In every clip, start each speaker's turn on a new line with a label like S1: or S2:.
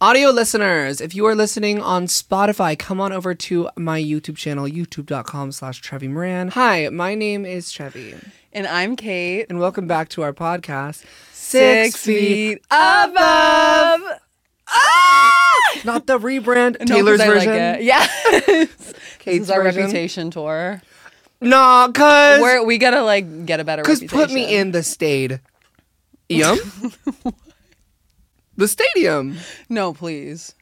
S1: Audio listeners, if you are listening on Spotify, come on over to my YouTube channel, youtube.com slash Trevi Moran. Hi, my name is Trevi,
S2: And I'm Kate.
S1: and welcome back to our podcast,
S2: Six Feet Above.
S1: Not the rebrand,
S2: No, 'cause
S1: Ah! Taylor's
S2: I
S1: version.
S2: Like it. Yeah. this
S1: Kate's
S2: is our
S1: version.
S2: reputation tour.
S1: Nah, cause,
S2: Where we gotta like get a better.
S1: cause
S2: reputation.
S1: put me in the stade. Yum. the stadium.
S2: No, please.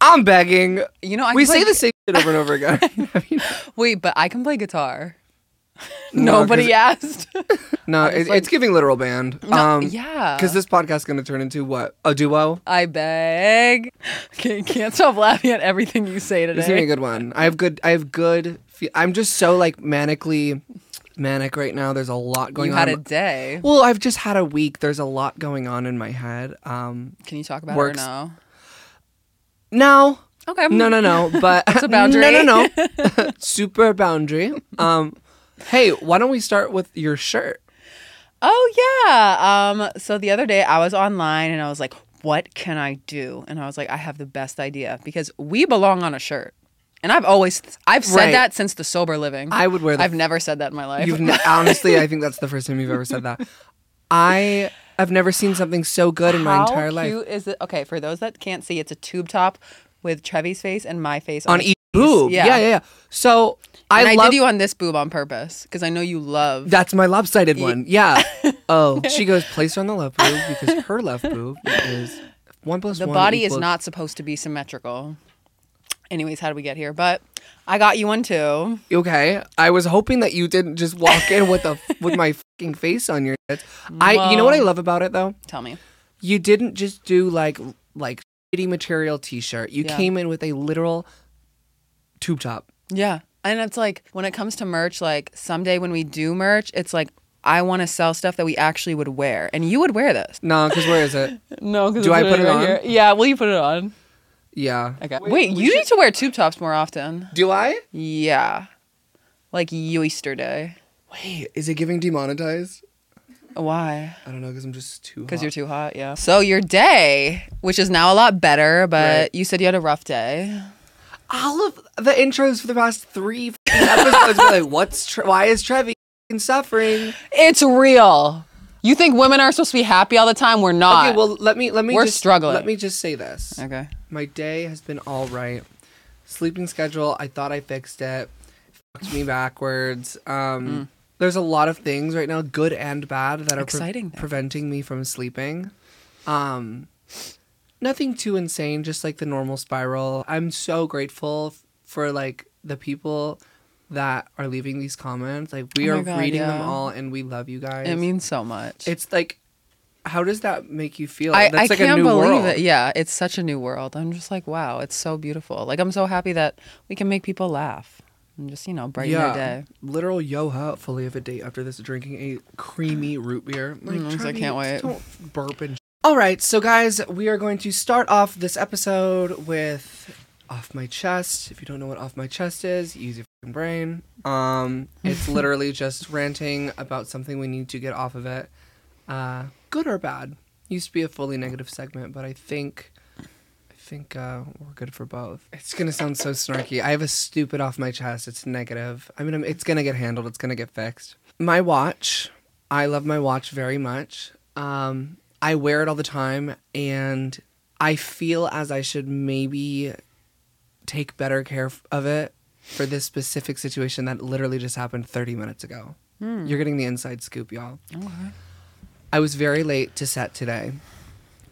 S1: I'm begging.
S2: You know I
S1: we
S2: can play,
S1: say the same shit over and over again. I mean,
S2: Wait, but I can play guitar.
S1: No, 'cause-
S2: Nobody asked.
S1: no, it,
S2: like-
S1: it's giving literal band. um,
S2: yeah.
S1: Because this podcast is going to turn into what? A duo?
S2: I beg. Okay, can't stop laughing at everything you say
S1: This is gonna be a
S2: today.
S1: good one. I have good. I have good. Fe- I'm just so like manically manic right now. There's a lot going
S2: You
S1: on.
S2: had a day.
S1: well, I've just had a week. There's a lot going on in my head. Um,
S2: Can you talk about
S1: Works.
S2: it or no?
S1: no,
S2: Okay.
S1: no, no, no. But
S2: Um, It's a boundary.
S1: No, no, no. Super boundary. Um, hey, why don't we start with your shirt?
S2: Oh yeah. Um so the other day I was online and I was like, what can I do? And I was like, I have the best idea because we belong on a shirt. And I've always I've said
S1: Right.
S2: that since the sober living.
S1: I would wear the.
S2: I've never said that in my life.
S1: you've ne- honestly, I think that's the first time you've ever said that. I have never seen something so good in my
S2: How
S1: entire life.
S2: cute is it? Okay, for those that can't see, it's a tube top with Trevi's face and my face on,
S1: on each boob.
S2: Yeah.
S1: Yeah, yeah, yeah. So
S2: And
S1: I
S2: I,
S1: love
S2: did you on this boob on purpose because I know you love.
S1: That's my lopsided one. Yeah. Oh, she goes place her on the left boob because her left boob is one plus
S2: the
S1: one.
S2: body is
S1: equals-
S2: not supposed to be symmetrical. Anyways, how do we get here? But I got you one too.
S1: okay. I was hoping that you didn't just walk in with a with my fucking face on your tits. I. You know what I
S2: Well-
S1: love about it though?
S2: Tell me.
S1: You didn't just do like like shitty material T-shirt. You
S2: Yeah.
S1: came in with a literal tube top.
S2: Yeah. And it's like when it comes to merch, like someday when we do merch, it's like I want to sell stuff that we actually would wear. And you would wear this.
S1: No, because where is it?
S2: No, because
S1: Do I put it on?
S2: Yeah, will you put it on?
S1: Yeah.
S2: Okay. Wait, you need to wear tube tops more often.
S1: Do I?
S2: Yeah. Like Easter day.
S1: Wait, is it giving demonetized?
S2: Why?
S1: I don't know because I'm just too.
S2: Because
S1: hot.
S2: you're too hot, yeah. So your day, which is now a lot better, but
S1: Right.
S2: you said you had a rough day.
S1: all of the intros for the past three f***ing episodes were like, "What's tre- why is Trevi f***ing suffering?"
S2: It's real. You think women are supposed to be happy all the time? We're not.
S1: Okay, well let me let me
S2: We're
S1: just,
S2: struggling.
S1: Let me just say this:
S2: okay.
S1: my day has been all right. Sleeping schedule, I thought I fixed it. Fucked me backwards.
S2: Mm.
S1: Um, There's a lot of things right now, good and bad, that are pre-
S2: Exciting, though.
S1: preventing me from sleeping. Um, nothing too insane, just like the normal spiral. I'm so grateful f- for like the people that are leaving these comments. Like we
S2: Oh my
S1: are
S2: God,
S1: reading them
S2: yeah.
S1: all, and we love you guys.
S2: It means so much.
S1: it's like, how does that make you feel?
S2: I,
S1: That's
S2: I
S1: like
S2: can't
S1: a new
S2: believe
S1: world.
S2: it. Yeah, it's such a new world. I'm just like, wow, it's so beautiful. Like, I'm so happy that we can make people laugh and just, you know, brighten their day.
S1: Literal yo ho, fully of a date after this, drinking a creamy root beer. Like,
S2: Mm, I
S1: Charlie,
S2: can't wait.
S1: Don't burp and. All right, so guys, we are going to start off this episode with off my chest. If you don't know what off my chest is, use your fucking brain. Um, it's literally just ranting about something we need to get off of it, uh, good or bad. Used to be a fully negative segment, but I think. I think uh, we're good for both. It's gonna sound so snarky. I have a stupid off my chest. It's negative. I mean, I'm- it's gonna get handled. It's gonna get fixed. My watch. I love my watch very much. Um, I wear it all the time, and I feel as I should maybe take better care f- of it for this specific situation that literally just happened 30 minutes ago. You're getting the inside scoop, y'all. I was very late to set today.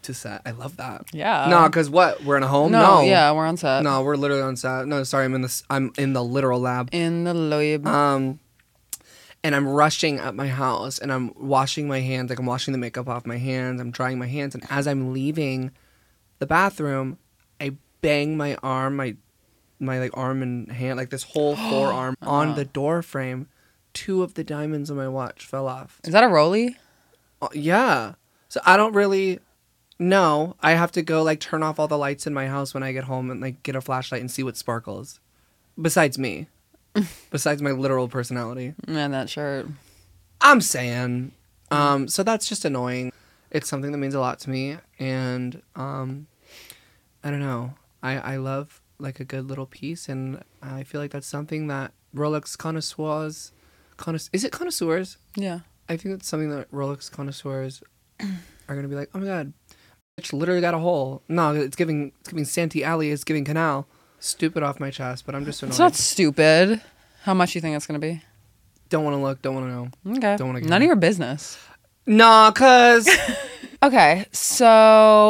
S1: To set, I love that.
S2: Yeah.
S1: No, because what? We're in a home. Oh, No.
S2: yeah, we're on set.
S1: No, we're literally on set. No, sorry, I'm in this. I'm in the literal lab.
S2: In the loyab.
S1: Um, and I'm rushing up my house, and I'm washing my hands. Like I'm washing the makeup off my hands. I'm drying my hands, and as I'm leaving the bathroom, I bang my arm, my my like arm and hand, like this whole forearm on the door frame. Two of the diamonds on my watch fell off.
S2: Is that a rolly?
S1: Uh, Yeah. So I don't really know. I have to go like turn off all the lights in my house when I get home and like get a flashlight and see what sparkles. Besides me. Besides my literal personality.
S2: Man, that shirt.
S1: I'm saying. Um so that's just annoying. It's something that means a lot to me and um I don't know. I I love like a good little piece, and I feel like that's something that Rolex connoisseurs, connoisseurs is it connoisseurs?
S2: Yeah.
S1: I think that's something that Rolex connoisseurs are gonna be like, oh my god, bitch literally got a hole. No, it's giving it's giving Santee Alley, it's giving Canal. Stupid off my chest, but I'm just annoyed.
S2: It's not stupid. How much you think it's gonna be?
S1: don't want to look, don't want to know.
S2: Okay.
S1: Don't wanna get
S2: None
S1: it.
S2: of your business.
S1: Nah, cause
S2: Okay, so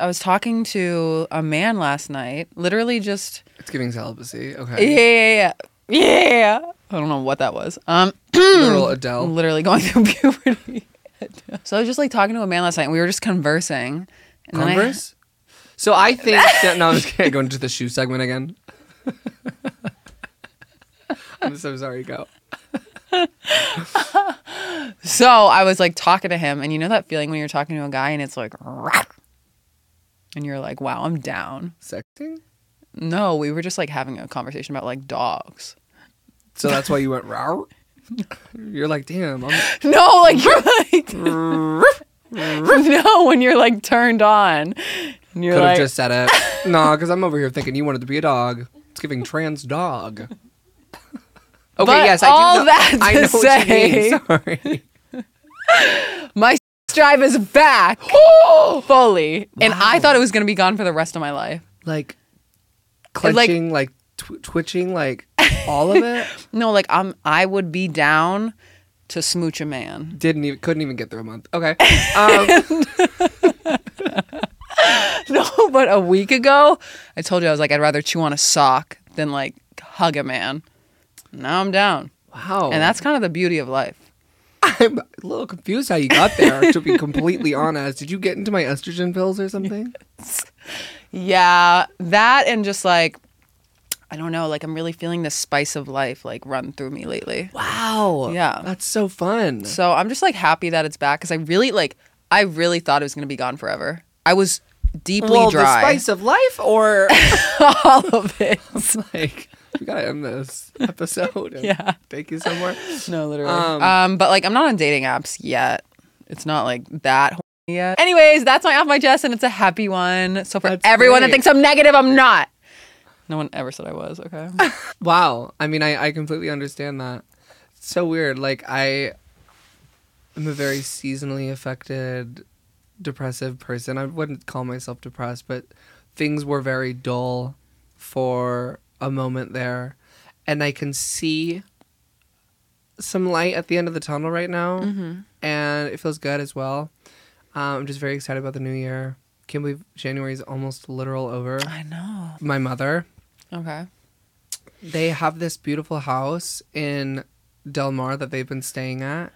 S2: I was talking to a man last night. Literally just
S1: it's giving celibacy.
S2: yeah,
S1: Okay,
S2: yeah, yeah, yeah. I don't know what that was. Um,
S1: literal Adele.
S2: literally going through puberty. so I was just like talking to a man last night, and we were just conversing. And then I-
S1: Converse. so I think that no, I'm just kidding. Going into the shoe segment again. I'm so sorry. Go.
S2: so I was like talking to him, and you know that feeling when you're talking to a guy and it's like, "Rah." and you're like, wow, I'm down.
S1: Sexting.
S2: No, we were just like having a conversation about like dogs.
S1: So that's why you went row. You're like, damn. I'm,
S2: No, like you're like no when you're like turned on. And you're
S1: could have
S2: like
S1: just said it. no, because I'm over here thinking you wanted to be a dog. It's giving trans dog. Okay,
S2: But
S1: yes, I
S2: all
S1: do know.
S2: that
S1: I
S2: to
S1: know what you mean,
S2: say-
S1: Sorry.
S2: my drive is back fully, and I thought it was gonna be gone for the rest of my life.
S1: Like
S2: Like-
S1: clenching, like, tw- twitching, like all of it.
S2: No, like I'm I would be down to smooch a man.
S1: Didn't even couldn't even get through a month. Okay. Um,
S2: No, but a week ago I told you I was like I'd rather chew on a sock than like hug a man. Now I'm down,
S1: wow.
S2: and that's kind of the beauty of life.
S1: I'm a little confused how you got there. To be completely honest, did you get into my estrogen pills or something?
S2: Yeah, that and just like I don't know, like I'm really feeling the spice of life like run through me lately.
S1: Wow.
S2: Yeah.
S1: That's so fun.
S2: So I'm just like happy that it's back cuz I really like I really thought it was going to be gone forever. I was deeply
S1: well, the
S2: dry.
S1: spice of life, or
S2: all of it.
S1: like we gotta end this episode. And
S2: Yeah.
S1: Take you somewhere.
S2: No, literally.
S1: Um,
S2: Um, but like I'm not on dating apps yet. It's not like that horny yet. Anyways, that's my off my chest and it's a happy one. So for
S1: That's
S2: everyone
S1: great.
S2: that thinks I'm negative, I'm not. No one ever said I was, okay?
S1: Wow. I mean, I I completely understand that. It's so weird. Like I am a very seasonally affected, depressive person. I wouldn't call myself depressed, but things were very dull for a moment there, and I can see some light at the end of the tunnel right now, and it feels good as well. Um, I'm just very excited about the new year. Can't believe January is almost literal over.
S2: I know.
S1: My mother
S2: Okay.
S1: they have this beautiful house in Del Mar that they've been staying at.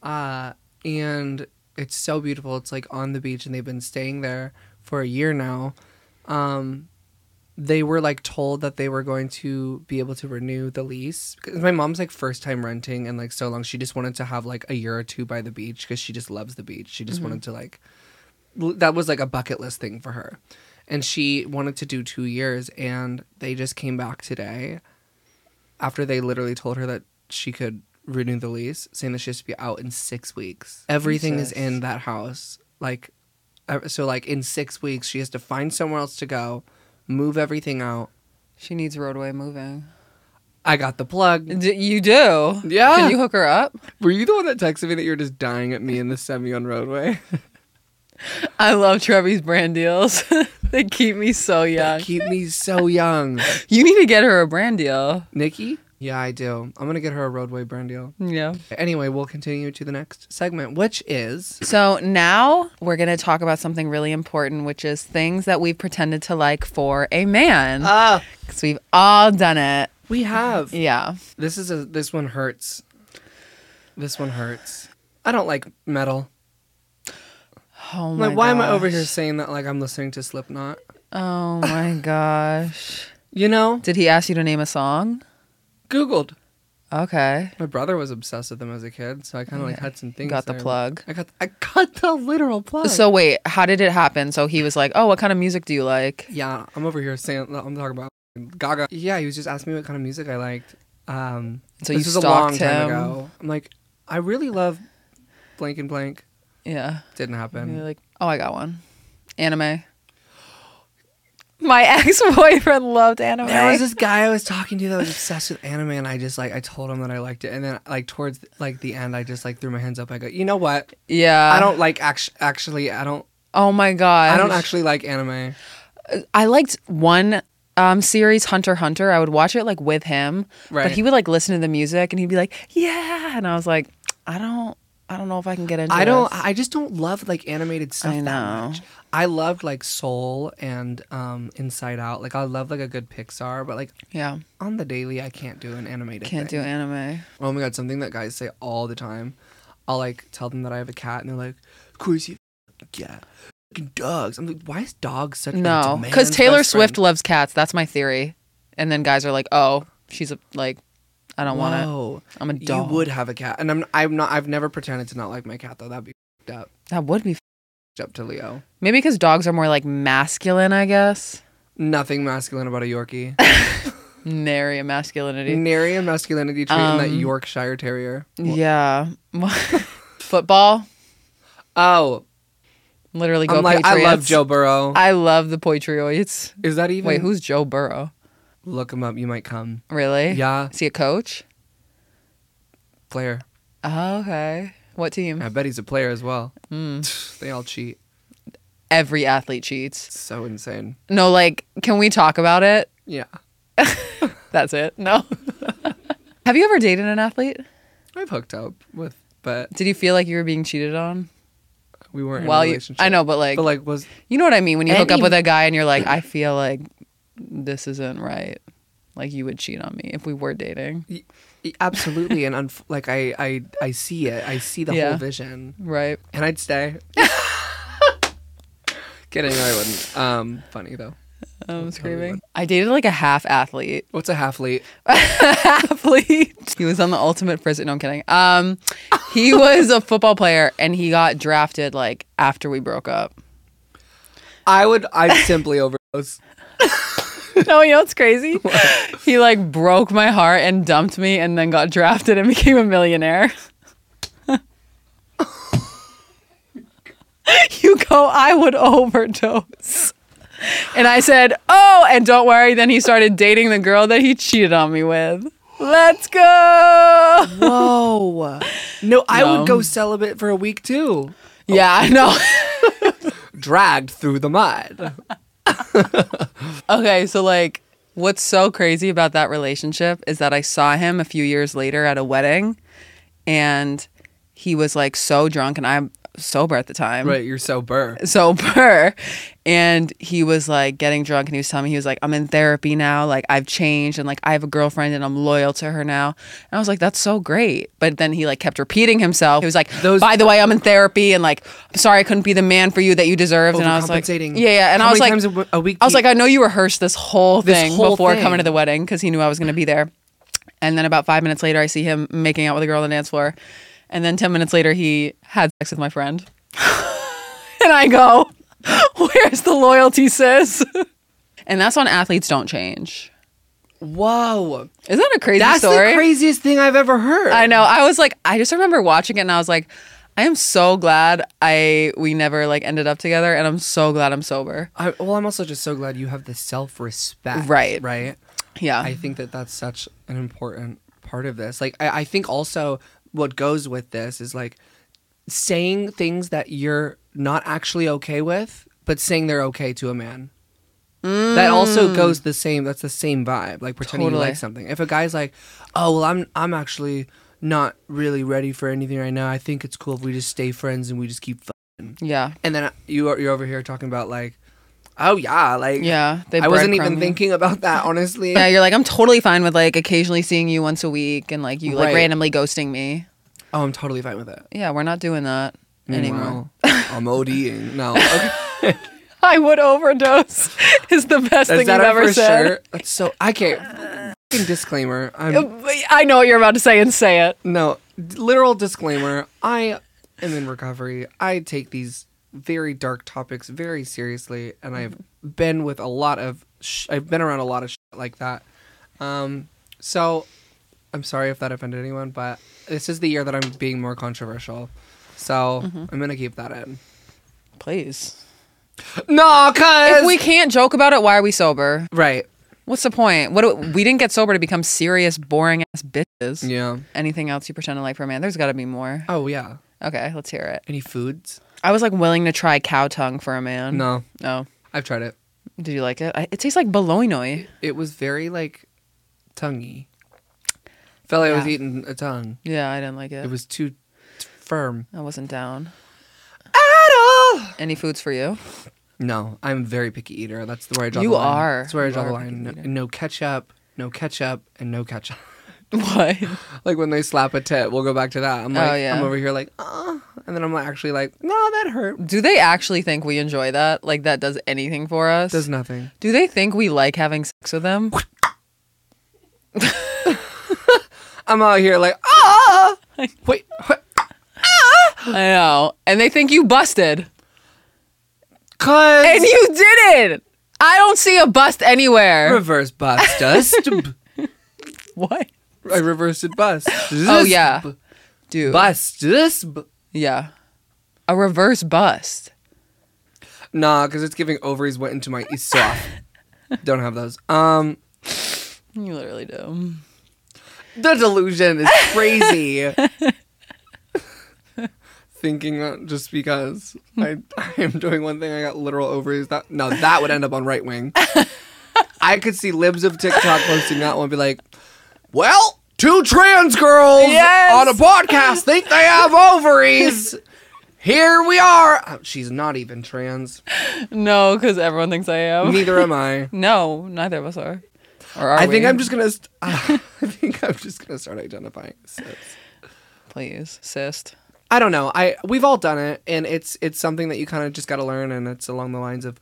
S1: Uh, and it's so beautiful. It's like on the beach, and they've been staying there for a year now. Um, they were like told that they were going to be able to renew the lease because my mom's like first time renting and like so long she just wanted to have like a year or two by the beach because she just loves the beach she just wanted to like l- that was like a bucket list thing for her and she wanted to do two years and they just came back today after they literally told her that she could renew the lease saying that she has to be out in six weeks everything is
S2: Jesus.
S1: in that house like ev- so like in six weeks she has to find somewhere else to go move everything out
S2: She needs roadway moving.
S1: i got the plug
S2: D- you do?
S1: Yeah.
S2: Can you hook her up?
S1: were you the one that texted me that you were just dying at me in the semi on roadway
S2: I love Trevi's brand deals. they keep me so young.
S1: keep me so young
S2: You need to get her a brand deal.
S1: nikki yeah i do i'm gonna get her a roadway brand deal
S2: Yeah.
S1: Anyway, we'll continue to the next segment, which is
S2: So now we're going to talk about something really important, which is things that we've pretended to like for a man.
S1: ah,
S2: Because we've all done it.
S1: we have
S2: Yeah.
S1: this is a this one hurts. This one hurts. I don't like metal.
S2: Oh my
S1: like, why am I
S2: gosh.
S1: over here saying that? Like, I'm listening to Slipknot.
S2: Oh my gosh.
S1: You know,
S2: Did he ask you to name a song?
S1: Googled.
S2: Okay.
S1: My brother was obsessed with them as a kid, so I kind of like had some things.
S2: Got the
S1: there.
S2: plug.
S1: I got I got the literal plug.
S2: So wait, how did it happen? So he was like, "Oh, what kind of music do you like?"
S1: Yeah, I'm over here saying I'm talking about Gaga. Yeah, he was just asking me what kind of music I liked. Um,
S2: So
S1: this
S2: you
S1: was a long
S2: stalked
S1: time
S2: him.
S1: ago. I'm like, I really love blank and blank.
S2: Yeah.
S1: Didn't
S2: And
S1: happen.
S2: you're like, "Oh, I got one." Anime. My ex boyfriend loved anime.
S1: There was this guy I was talking to that was obsessed with anime, and I just like I told him that I liked it, and then like towards like the end, I just like threw my hands up. I go, you know what?
S2: yeah.
S1: I don't like act- actually. I don't.
S2: Oh my god.
S1: I don't actually like anime.
S2: I liked one um series Hunter x Hunter. I would watch it like with him.
S1: Right.
S2: But he would like listen to the music and he'd be like, "Yeah." And I was like, "I don't I don't know if I can get into
S1: I don't.
S2: this."
S1: I just don't love like animated stuff
S2: I
S1: that
S2: know.
S1: much. I loved like Soul and um Inside Out. Like I love like a good Pixar, but like
S2: Yeah.
S1: on the daily, I can't do an animated.
S2: Can't do
S1: thing.
S2: anime.
S1: Oh my god, something that guys say all the time. I'll like tell them that I have a cat, and they're like, "Of course you have a cat. Fucking dogs." I'm like, "Why is dogs such a
S2: No.
S1: man's
S2: Cuz Taylor
S1: best friend?"
S2: Swift loves cats. That's my theory. And then guys are like, "Oh, she's a like I don't want
S1: Whoa.
S2: to. I'm a
S1: You
S2: dog."
S1: would have a cat, and I'm I'm not. I've never pretended to not like my cat though. That'd be f***ed up.
S2: That would be f-
S1: f***ed up to Leo.
S2: Maybe cuz dogs are more like masculine, I guess.
S1: Nothing masculine about a Yorkie.
S2: Nary a masculinity.
S1: Nary a masculinity trait in that
S2: Um,
S1: Yorkshire Terrier.
S2: Yeah. Football.
S1: Oh,
S2: Literally go
S1: I'm like,
S2: Patriots.
S1: I love Joe Burrow.
S2: I love the Patriots.
S1: Is that even?
S2: Wait, who's Joe Burrow?
S1: Look him up. You might come.
S2: Really?
S1: Yeah,
S2: Is he a coach?
S1: player.
S2: Oh, okay. What team?
S1: I bet he's a player as well.
S2: Mm.
S1: They all cheat.
S2: Every athlete cheats.
S1: It's so insane.
S2: No, like, can we talk about it?
S1: Yeah,
S2: That's it. No. Have you ever dated an athlete?
S1: I've hooked up with, but
S2: Did you feel like you were being cheated on?
S1: we weren't
S2: While
S1: in a
S2: you,
S1: relationship.
S2: I know, but like,
S1: but like, was
S2: you know what I mean. When you hook up
S1: Any-
S2: with a guy and you're like, I feel like this isn't right. Like you would cheat on me if we were dating,
S1: absolutely and unf- like I, I I see it. I see the
S2: Yeah.
S1: whole vision,
S2: right?
S1: and I'd stay. Kidding, no, I wouldn't. Um, funny though.
S2: I'm
S1: would.
S2: screaming. I dated like a half athlete.
S1: What's a halflete?
S2: athlete. He was on the ultimate frisbee. No, I'm kidding. Um, he was a football player, and he got drafted like after we broke up.
S1: I would. I'd simply overdose.
S2: No, Oh, you know what's crazy? He like broke my heart and dumped me, and then got drafted and became a millionaire. you go. I would overdose. And I said, "Oh, and don't worry." Then he started dating the girl that he cheated on me with. Let's go.
S1: Whoa. No, I
S2: No.
S1: would go celibate for a week too.
S2: Yeah, I know.
S1: Dragged through the mud.
S2: Okay, so like what's so crazy about that relationship is that I saw him a few years later at a wedding and he was like so drunk and I'm sober at the time.
S1: right, you're sober.
S2: Sober. And he was like getting drunk and he was telling me he was like, I'm in therapy now, like I've changed and like I have a girlfriend and I'm loyal to her now. And I was like, That's so great. But then he like kept repeating himself. He was like,
S1: Those-
S2: By the way, I'm in therapy and like I'm sorry I couldn't be the man for you that you deserved. And I was like,
S1: Overcompensating.
S2: Yeah, yeah. And
S1: How
S2: I was
S1: many
S2: like
S1: times a w- a week
S2: I was
S1: do
S2: like, I know you rehearsed this whole
S1: This
S2: thing
S1: whole
S2: before
S1: thing.
S2: coming to the wedding because he knew I was going to be there. And then about five minutes later, I see him making out with a girl on the dance floor. And then 10 minutes later, he had sex with my friend. and I go, Where's the loyalty, sis? and that's when athletes don't change.
S1: Whoa.
S2: Isn't that a crazy
S1: That's
S2: story?
S1: the craziest thing I've ever heard.
S2: I know. I was like, I just remember watching it and I was like, I am so glad I we never like ended up together and I'm so glad I'm sober.
S1: I, well, I'm also just so glad you have the self respect.
S2: Right.
S1: Right.
S2: Yeah.
S1: I think that that's such an important part of this. Like, I, I think also what goes with this is like saying things that you're not actually okay with, but saying they're okay to a man. That also goes the same. That's the same vibe. Like pretending you
S2: Mm. Totally.
S1: like something. If a guy's like, "Oh well, I'm I'm actually not really ready for anything right now. I think it's cool if we just stay friends and we just keep." Fucking.
S2: yeah.
S1: And then you are you're over here talking about like, "Oh yeah, like
S2: Yeah. They
S1: I wasn't even
S2: breadcrumb you.
S1: thinking about that honestly."
S2: Yeah, you're like, I'm totally fine with like occasionally seeing you once a week and like you like
S1: Right.
S2: randomly ghosting me.
S1: Oh, I'm totally fine with it.
S2: Yeah, we're not doing that
S1: Mm-hmm.
S2: anymore.
S1: Meanwhile, I'm ODing. No, okay.
S2: I would overdose is the best
S1: is
S2: thing
S1: that
S2: you've
S1: our
S2: ever
S1: first
S2: said.
S1: shirt? That's so I can't. F***ing disclaimer. I'm
S2: I know what you're about to say and say it.
S1: no literal disclaimer. I am in recovery. I take these very dark topics very seriously, and I've been with a lot of. Sh- I've been around a lot of shit like that. Um, so I'm sorry if that offended anyone, but this is the year that I'm
S2: Mm-hmm.
S1: being more controversial. So I'm gonna keep that in.
S2: Please.
S1: No, cause
S2: If we can't joke about it, why are we sober?
S1: right.
S2: What's the point? What do, we didn't get sober to become serious, boring ass bitches.
S1: Yeah.
S2: Anything else you pretend to like for a man? There's got to be more.
S1: Oh yeah.
S2: Okay, let's hear it.
S1: Any foods?
S2: I was like willing to try cow tongue for a man.
S1: No,
S2: No.
S1: I've tried it.
S2: Did you like it? I, it tastes like bologna.
S1: It was very like tonguey. Felt like I was
S2: Yeah.
S1: eating a tongue.
S2: Yeah, I didn't like it.
S1: It was too t- firm.
S2: I wasn't down.
S1: At all.
S2: Any foods for you?
S1: No, I'm a very picky eater. That's the where I draw
S2: You
S1: the line.
S2: are.
S1: That's where I
S2: You
S1: draw the
S2: are a picky
S1: line. No,
S2: eater.
S1: no ketchup, no ketchup, and no ketchup.
S2: What?
S1: like when they slap a tit, we'll go back to that. I'm like,
S2: Oh, yeah.
S1: I'm over here like, ah, and then I'm actually like, no, that hurt.
S2: Do they actually think we enjoy that? Like that does anything for us?
S1: Does nothing.
S2: Do they think we like having sex with them?
S1: I'm out here like, ah, wait, what?
S2: I know. And they think you busted.
S1: cause
S2: And you didn't. I don't see a bust anywhere.
S1: reverse bust us.
S2: What?
S1: I reversed it bust.
S2: Oh, yeah. Dude.
S1: bust this.
S2: Yeah. A reverse bust.
S1: Nah, because it's giving ovaries went into my esoph. Don't have those. Um,
S2: You literally do.
S1: The delusion is crazy. Thinking that just because I, I am doing one thing, I got literal ovaries. That no, that would end up on right wing. I could see libs of TikTok posting that one, and be like, "Well, two trans girls
S2: Yes.
S1: on a podcast think they have ovaries. Here we are. Oh, she's not even trans.
S2: No, because everyone thinks I am.
S1: Neither am I.
S2: No, neither of us are. Or are
S1: I think
S2: we?
S1: I'm just gonna. St- I think I'm just gonna start identifying. as cis.
S2: Please, cyst.
S1: I don't know. I we've all done it, and it's it's something that you kind of just got to learn, and it's along the lines of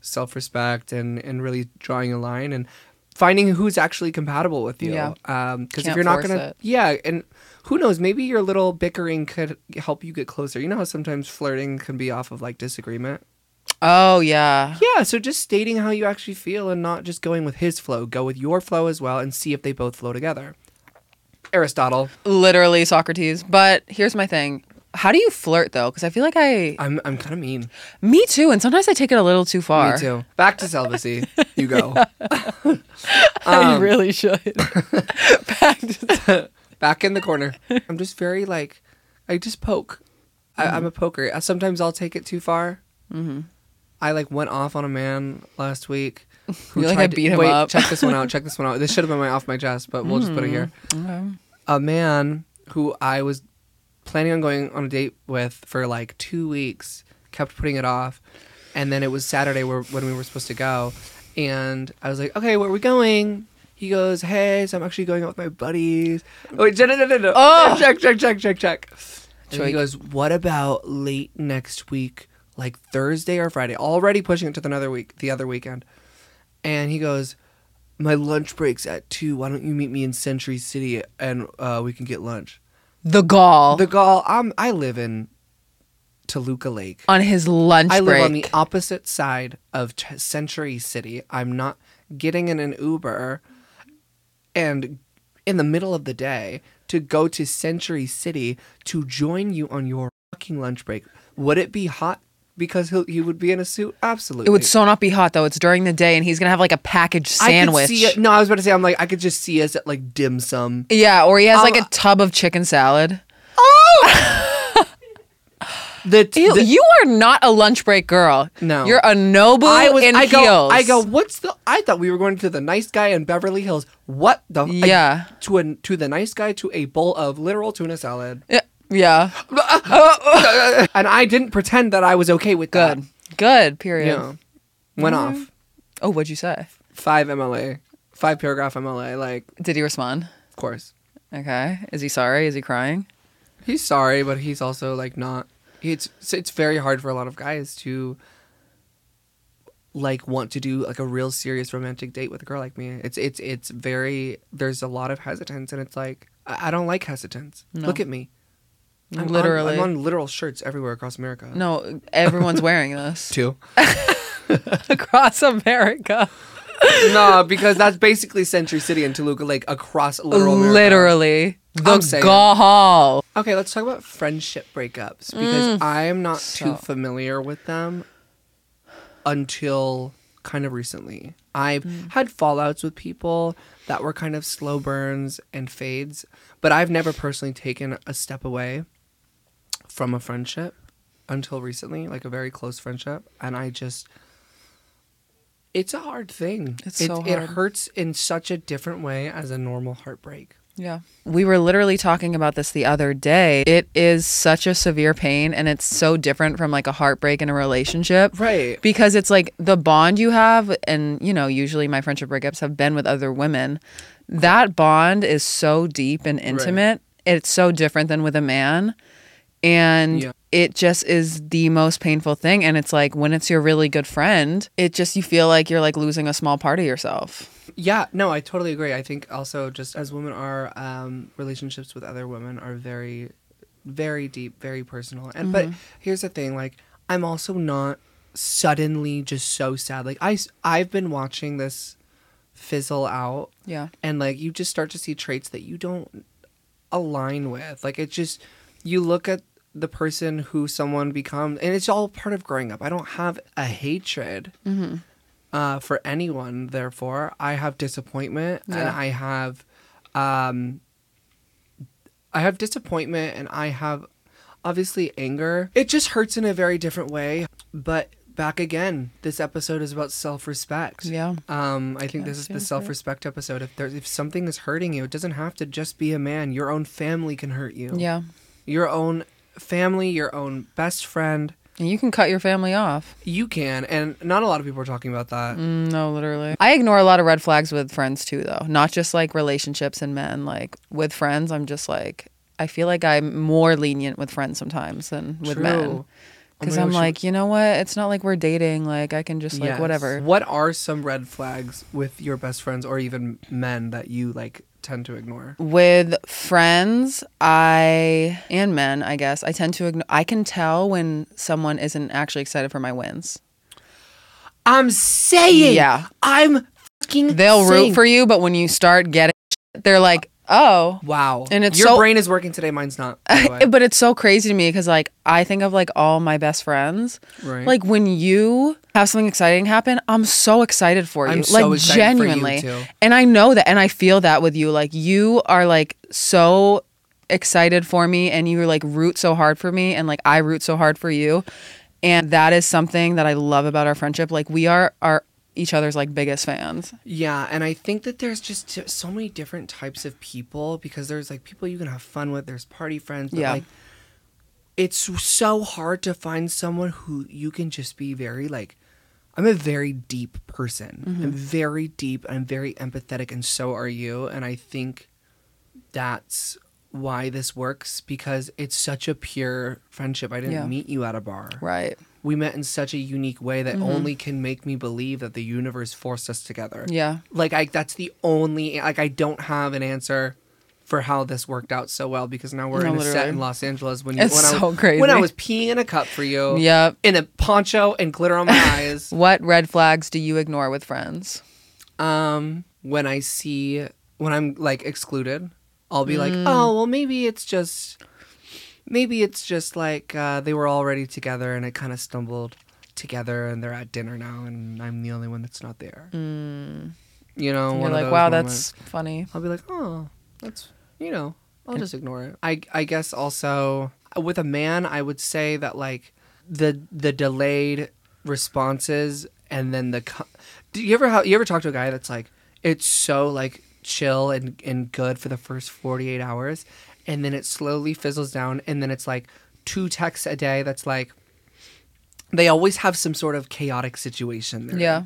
S1: self respect and and really drawing a line and finding who's actually compatible with you.
S2: Yeah.
S1: Um, because if
S2: Can't
S1: you're not
S2: force
S1: gonna,
S2: it.
S1: yeah, and who knows? Maybe your little bickering could help you get closer. You know how sometimes flirting can be off of like disagreement.
S2: Oh, yeah.
S1: Yeah. So just stating how you actually feel and not just going with his flow. Go with your flow as well, and see if they both flow together. Aristotle.
S2: Literally Socrates. But here's my thing. How do you flirt though? Because I feel like I,
S1: I'm I'm kind of mean.
S2: me too, and sometimes I take it a little too far.
S1: Me too. Back to celibacy. You go.
S2: I
S1: Um,
S2: really should. Back to-
S1: back in the corner. I'm just very like, I just poke. I, I'm a
S2: Mm-hmm.
S1: poker. Uh, Sometimes I'll take it too far. I like went off on a man last week. who
S2: You, like,
S1: tried
S2: I beat him
S1: wait,
S2: up.
S1: Check this one out. Check this one out. This should have been my off my chest, but we'll just put it here.
S2: Okay.
S1: A man who I was planning on going on a date with for like two weeks kept putting it off, and then it was Saturday where, when we were supposed to go, and I was like, okay, where are we going? He goes, hey, so I'm actually going out with my buddies. Wait, no, no, no, no, no.
S2: Oh!
S1: check, check, check, check, check. And he
S2: Choik.
S1: goes, what about late next week, like Thursday or Friday? Already pushing it to the another week, the other weekend. And he goes, my lunch break's at two. Why don't you meet me in Century City and uh, we can get lunch?
S2: The gall
S1: The Gaul. I'm. I live in Toluca Lake.
S2: on his lunch
S1: I
S2: break.
S1: live on the opposite side of Ch- Century City. I'm not getting in an Uber and in the middle of the day to go to Century City to join you on your fucking lunch break. Would it be hot? Because he'll, he would be in a suit. Absolutely.
S2: it would so not be hot though. It's during the day, and he's gonna have like a packaged
S1: I
S2: sandwich.
S1: could see it- No, I was about to say. I'm like. I could just see us at like dim sum.
S2: Yeah, or he has like
S1: Um,
S2: a tub of chicken salad.
S1: The, t-
S2: Ew,
S1: the
S2: you are not a lunch break girl.
S1: No.
S2: you're a noble
S1: I was.
S2: in
S1: I go.
S2: heels.
S1: I go. What's the? I thought we were going to the nice guy in Beverly Hills. What the?
S2: Yeah.
S1: I- to a to the nice guy to a bowl of literal tuna salad,
S2: Yeah, yeah.
S1: and I didn't pretend that I was okay with that.
S2: good, good. Period.
S1: Yeah. Went off
S2: Oh, what'd you say?
S1: five MLA, five paragraph MLA. Like,
S2: Did he respond?
S1: of course,
S2: Okay. Is he sorry? Is he crying?
S1: he's sorry, but he's also like not. It's it's very hard for a lot of guys to like want to do like a real serious romantic date with a girl like me. It's it's it's very there's a lot of hesitance and it's like I, I don't like hesitance.
S2: No.
S1: Look at me. I'm on-
S2: Literally.
S1: I'm on literal shirts everywhere across America.
S2: No, everyone's wearing this
S1: Two.
S2: across America.
S1: no, because that's basically Century City and Toluca Lake across literal America.
S2: Literally,
S1: I'm
S2: the
S1: saying.
S2: gall.
S1: Okay, let's
S3: Mm.
S1: talk about friendship breakup breakups because I am not
S2: So-
S1: too familiar with them. until kind of recently. I've
S3: Mm.
S1: had fallouts with people that were kind of slow burns and fades, but I've never personally taken a step away from a friendship until recently, like a very close friendship. And I just, it's a hard thing.
S3: It's
S1: it,
S3: so
S1: it
S3: hard.
S1: hurts in such a different way as a normal heartbreak.
S3: Yeah.
S2: We were literally talking about this the other day. It is such a severe pain and it's so different from like a heartbreak in a relationship.
S1: Right.
S2: Because it's like the bond you have, and you know, usually my friendship breakups have been with other women. That bond is so deep and intimate. It's so different than with a man. And
S1: Yeah.
S2: it just is the most painful thing. And it's like when it's your really good friend, it just, you feel like you're like losing a small part of yourself.
S1: Yeah, no, I totally agree. I think also just as women are, um, relationships with other women are very, very deep, very personal. And but here's the thing: like, I'm also not suddenly just so sad. Like I, s- I've been watching this fizzle out,
S2: Yeah.
S1: and like you just start to see traits that you don't align with. Like it just, you look at the person who someone becomes, and it's all part of growing up. I don't have a hatred uh, for anyone. Therefore, I have disappointment and
S3: Yeah.
S1: I have, um, I have disappointment and I have obviously anger. It just hurts in a very different way. But back again, this episode is about self-respect.
S2: Yeah.
S1: Um, I think this is the self-respect episode. If there, if something is hurting you, it doesn't have to just be a man. Your own family can hurt you.
S2: Yeah.
S1: Your own family, your own best friend.
S2: And you can cut your family off.
S1: You can, and not a lot of people are talking about that.
S2: Mm, No, literally. I ignore a lot of red flags with friends too, though. Not just like relationships and men. Like with friends, I'm just like, I feel like I'm more lenient with friends sometimes than with men.
S1: True. Oh my
S2: Because
S1: gosh,
S2: I'm
S1: you-
S2: like, you know what? It's not like we're dating. Like I can just like
S1: Yes.
S2: whatever.
S1: What are some red flags with your best friends or even men that you like tend to ignore?
S2: With friends, I and men, I guess I tend to. Ign- I can tell when someone isn't actually excited for my wins.
S1: I'm saying.
S2: Yeah.
S1: I'm fucking.
S2: They'll root for you, but when you start getting, shit, they're like, oh,
S1: Wow.
S2: And it's
S1: your
S2: so-
S1: brain is working today. Mine's not. by the way.
S2: but it's so crazy to me because like I think of like all my best friends.
S1: Right.
S2: Like when you have something exciting happen, I'm so excited for you.
S1: I'm
S2: like
S1: so excited for you,
S2: genuinely.
S1: too.
S2: And I know that and I feel that with you. Like you are like so excited for me and you like root so hard for me and like I root so hard for you. And that is something that I love about our friendship. Like we are our each other's like biggest fans.
S1: Yeah, and I think that there's just t- so many different types of people because there's like people you can have fun with, there's party friends, but
S2: Yeah.
S1: like it's so hard to find someone who you can just be very like I'm a very deep person.
S2: Mm-hmm.
S1: I'm very deep, I'm very empathetic and so are you and I think that's why this works because it's such a pure friendship. I didn't
S2: Yeah.
S1: meet you at a bar
S2: Right.
S1: we met in such a unique way that
S2: Mm-hmm.
S1: only can make me believe that the universe forced us together.
S2: Yeah.
S1: Like I that's the only like I don't have an answer for how this worked out so well because now we're
S2: No,
S1: in a set
S2: literally.
S1: in Los Angeles when you
S2: It's
S1: when I
S2: so
S1: was,
S2: crazy.
S1: when I was peeing in a cup for you.
S2: Yep.
S1: In a poncho and glitter on my eyes.
S2: What red flags do you ignore with friends?
S1: Um when I see when I'm like excluded, I'll be
S2: Mm.
S1: like, "Oh, well maybe it's just maybe it's just like uh, they were already together and it kind of stumbled together and they're at dinner now and I'm the only one that's not there. Mm. You know,
S2: You're
S1: one of
S2: like,
S1: those
S2: wow,
S1: moments."
S2: that's funny.
S1: I'll be like, oh, that's you know, I'll just ignore it. I I guess also with a man, I would say that like the the delayed responses and then the co- do you ever how you ever talk to a guy that's like it's so like chill and and good for the first 48 hours and then it slowly fizzles down and then it's like two texts a day that's like they always have some sort of chaotic situation there
S2: Yeah.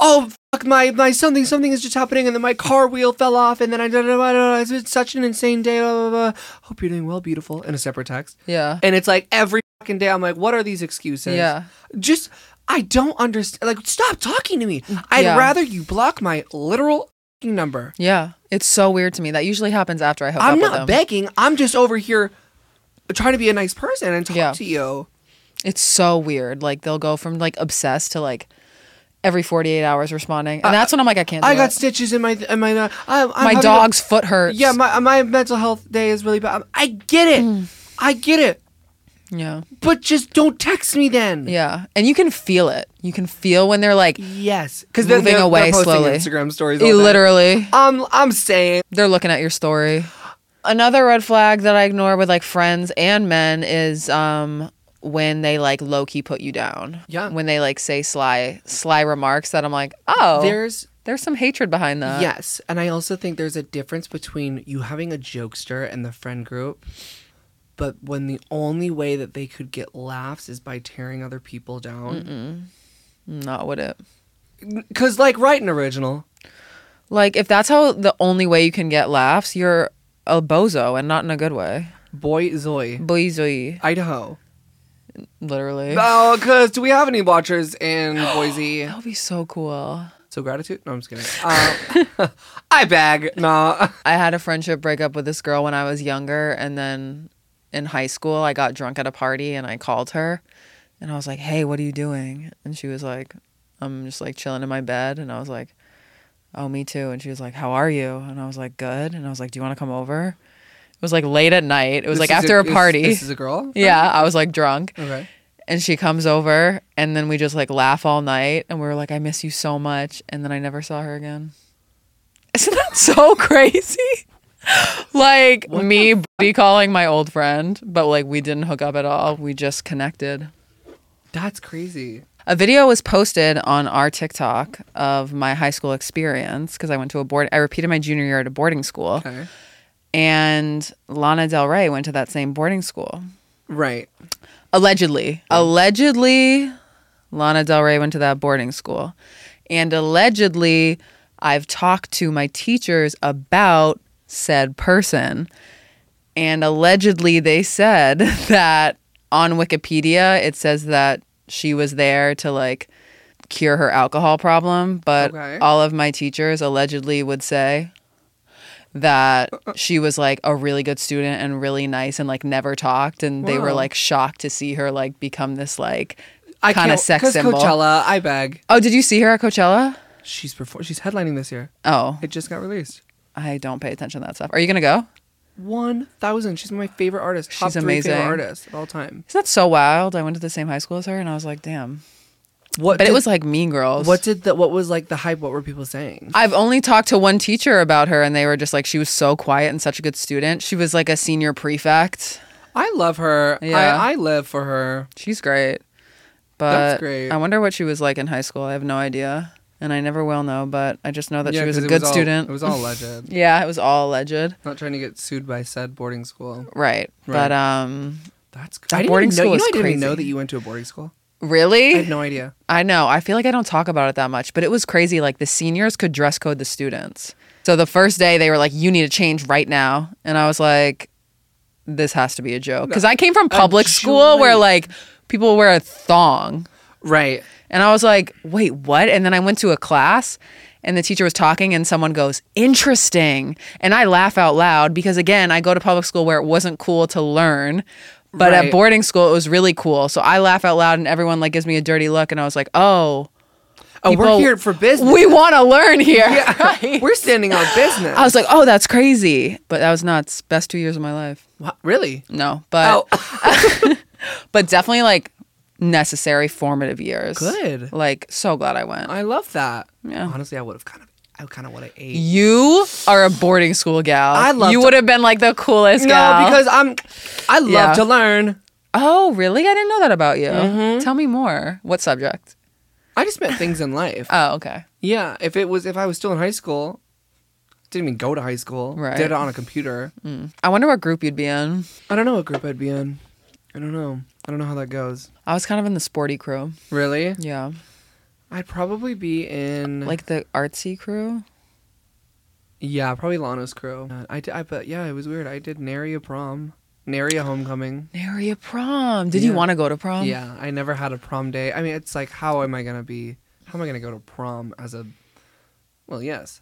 S1: oh fuck my my something something is just happening and then my car wheel fell off and then I da- da- da- da- it's been such an insane day blah, blah, blah. hope you're doing well beautiful in a separate text
S2: Yeah.
S1: and it's like every fucking day I'm like what are these excuses
S2: Yeah.
S1: just I don't understand like stop talking to me I'd
S2: Mm, Yeah.
S1: rather you block my literal fucking number
S2: Yeah, it's so weird to me. That usually happens after I hook
S1: I'm
S2: up
S1: not
S2: with them.
S1: begging I'm just over here trying to be a nice person and talk
S2: Yeah.
S1: to you
S2: It's so weird. Like they'll go from like obsessed to like every 48 hours responding, and that's when I'm like, I can't. Do
S1: I got
S2: it.
S1: stitches in my in my uh, I'm, I'm
S2: my
S1: having a-
S2: dog's foot hurts. Mm.
S1: yeah my my mental health day is really bad I get it I get it
S3: Yeah.
S1: But just don't text me then.
S3: Yeah. And you can feel it. You can feel when they're like,
S1: Yes, because then
S3: Moving
S1: they're,
S3: away
S1: they're posting
S3: slowly.
S1: Instagram stories. all day.
S3: literally,
S1: Um, I'm saying
S3: they're looking at your story.
S2: Another red flag that I ignore with like friends and men is um when they like low key put you down.
S1: Yeah.
S2: When they like say sly sly remarks that I'm like, oh, Uh.
S1: there's
S2: there's some hatred behind that.
S1: yes, and I also think there's a difference between you having a jokester and the friend group, but when the only way that they could get laughs is by tearing other people down.
S2: Not with it.
S1: Because like write an original.
S2: Like if that's how the only way you can get laughs, you're a bozo and not in a good way.
S1: Boy Zoy,
S2: Bozo,
S1: Idaho.
S2: literally.
S1: Oh, because do we have any watchers in Boise?
S2: That would be so cool.
S1: So gratitude? No, I'm just kidding. Uh, I bag. Nah.
S2: I had a friendship breakup with this girl when I was younger, and then in high school, I got drunk at a party and I called her, and I was like, "Hey, what are you doing?" And she was like, "I'm just like chilling in my bed," and I was like, "Oh, me too." And she was like, "How are you?" And I was like, "Good." And I was like, "Do you want to come over?" It was like late at night. It was like after a party.
S1: This, is a girl.
S2: yeah, I was like drunk.
S1: Okay.
S2: And she comes over, and then we just like laugh all night, and we were like, "I miss you so much," and then I never saw her again. Isn't that so crazy? like me booty calling my old friend, but like we didn't hook up at all. We just connected.
S1: That's crazy.
S2: A video was posted on our TikTok of my high school experience because I went to a board. I repeated my junior year at a boarding school,
S1: Okay.
S2: and Lana Del Rey went to that same boarding school.
S1: Right.
S2: Allegedly. Allegedly, Lana Del Rey went to that boarding school. And allegedly, I've talked to my teachers about said person. And allegedly, they said that on Wikipedia, it says that she was there to like cure her alcohol problem. But
S1: Okay.
S2: all of my teachers allegedly would say, that she was like a really good student and really nice and like never talked and they were
S1: Wow.
S2: like shocked to see her like become this like
S1: I
S2: kind of
S1: can't-
S2: sex
S1: 'cause
S2: symbol.
S1: Coachella, I beg.
S2: Oh, did you see her at Coachella?
S1: She's perform- She's headlining this year.
S2: Oh,
S1: It just got released.
S2: I don't pay attention to that stuff. Are you gonna go?
S1: One thousand. She's my favorite artist. Top
S2: She's
S1: three
S2: amazing.
S1: favorite artist of all time.
S2: Isn't that so wild? I went to the same high school as her and I was like, damn.
S1: What?
S2: But it was like Mean Girls.
S1: What did the? What was like the hype? What were people saying?
S2: I've only talked to one teacher about her and they were just like, she was so quiet and such a good student. She was like a senior prefect.
S1: I love her.
S2: Yeah.
S1: I, I live for her.
S2: She's great. But
S1: That's great.
S2: I wonder what she was like in high school. I have no idea. And I never will know, but I just know that
S1: Yeah,
S2: she was a
S1: 'cause it
S2: good
S1: all-
S2: student.
S1: it was all alleged.
S2: yeah, it was all alleged.
S1: Not trying to get sued by said boarding school.
S2: Right.
S1: Right.
S2: But um
S1: That's good.
S2: That
S1: I didn't
S2: boarding
S1: even know,
S2: school
S1: you
S2: is
S1: know I didn't even know
S2: crazy.
S1: that you went to a boarding school. I
S2: really?
S1: had no idea.
S2: I know. I feel like I don't talk about it that much, but it was crazy. Like the seniors could dress code the students. So the first day they were like, you need to change right now. And I was like, this has to be a joke. Because I came from public school where
S1: joke.
S2: like people wear a thong.
S1: Right.
S2: And I was like, wait, what? And then I went to a class and the teacher was talking and someone goes, interesting. And I laugh out loud because, again, I go to public school where it wasn't cool to learn. But
S1: Right.
S2: at boarding school, it was really cool. So I laugh out loud and everyone like gives me a dirty look. And I was like, oh,
S1: Oh, we're
S2: People-
S1: here for business.
S2: we want to learn here.
S1: We're standing on business.
S2: I was like, oh, that's crazy. But that was nuts. Best two years of my life.
S1: Wha- really?
S2: No, but,
S1: Oh,
S2: but definitely like necessary formative years.
S1: Good.
S2: Like, so glad I went.
S1: I love that.
S2: Yeah.
S1: Honestly, I would have kind of, I kind of would have ate.
S2: You are a boarding school gal.
S1: I love
S2: you.
S1: to-
S2: Would have been like the coolest gal.
S1: No, because I'm, I love
S2: Yeah.
S1: to learn.
S2: oh, really? I didn't know that about you.
S1: Mm-hmm.
S2: Tell me more. What subject?
S1: I just meant things in life.
S2: Oh, okay.
S1: yeah. If it was, if I was still in high school, didn't even go to high school.
S2: Right.
S1: Did it on a computer.
S2: Mm. I wonder what group you'd be in.
S1: I don't know what group I'd be in. I don't know. I don't know how that goes.
S2: I was kind of in the sporty crew.
S1: Really?
S2: Yeah,
S1: I'd probably be in
S2: like the artsy crew.
S1: Yeah, probably Lana's crew. Uh, I, did, I but yeah, it was weird. I did nary a prom, nary a homecoming.
S2: Nary a prom. Did you
S1: Yeah.
S2: want to go to prom?
S1: yeah, I never had a prom day. I mean, it's like, how am I gonna be? How am I gonna go to prom as a? Well, yes.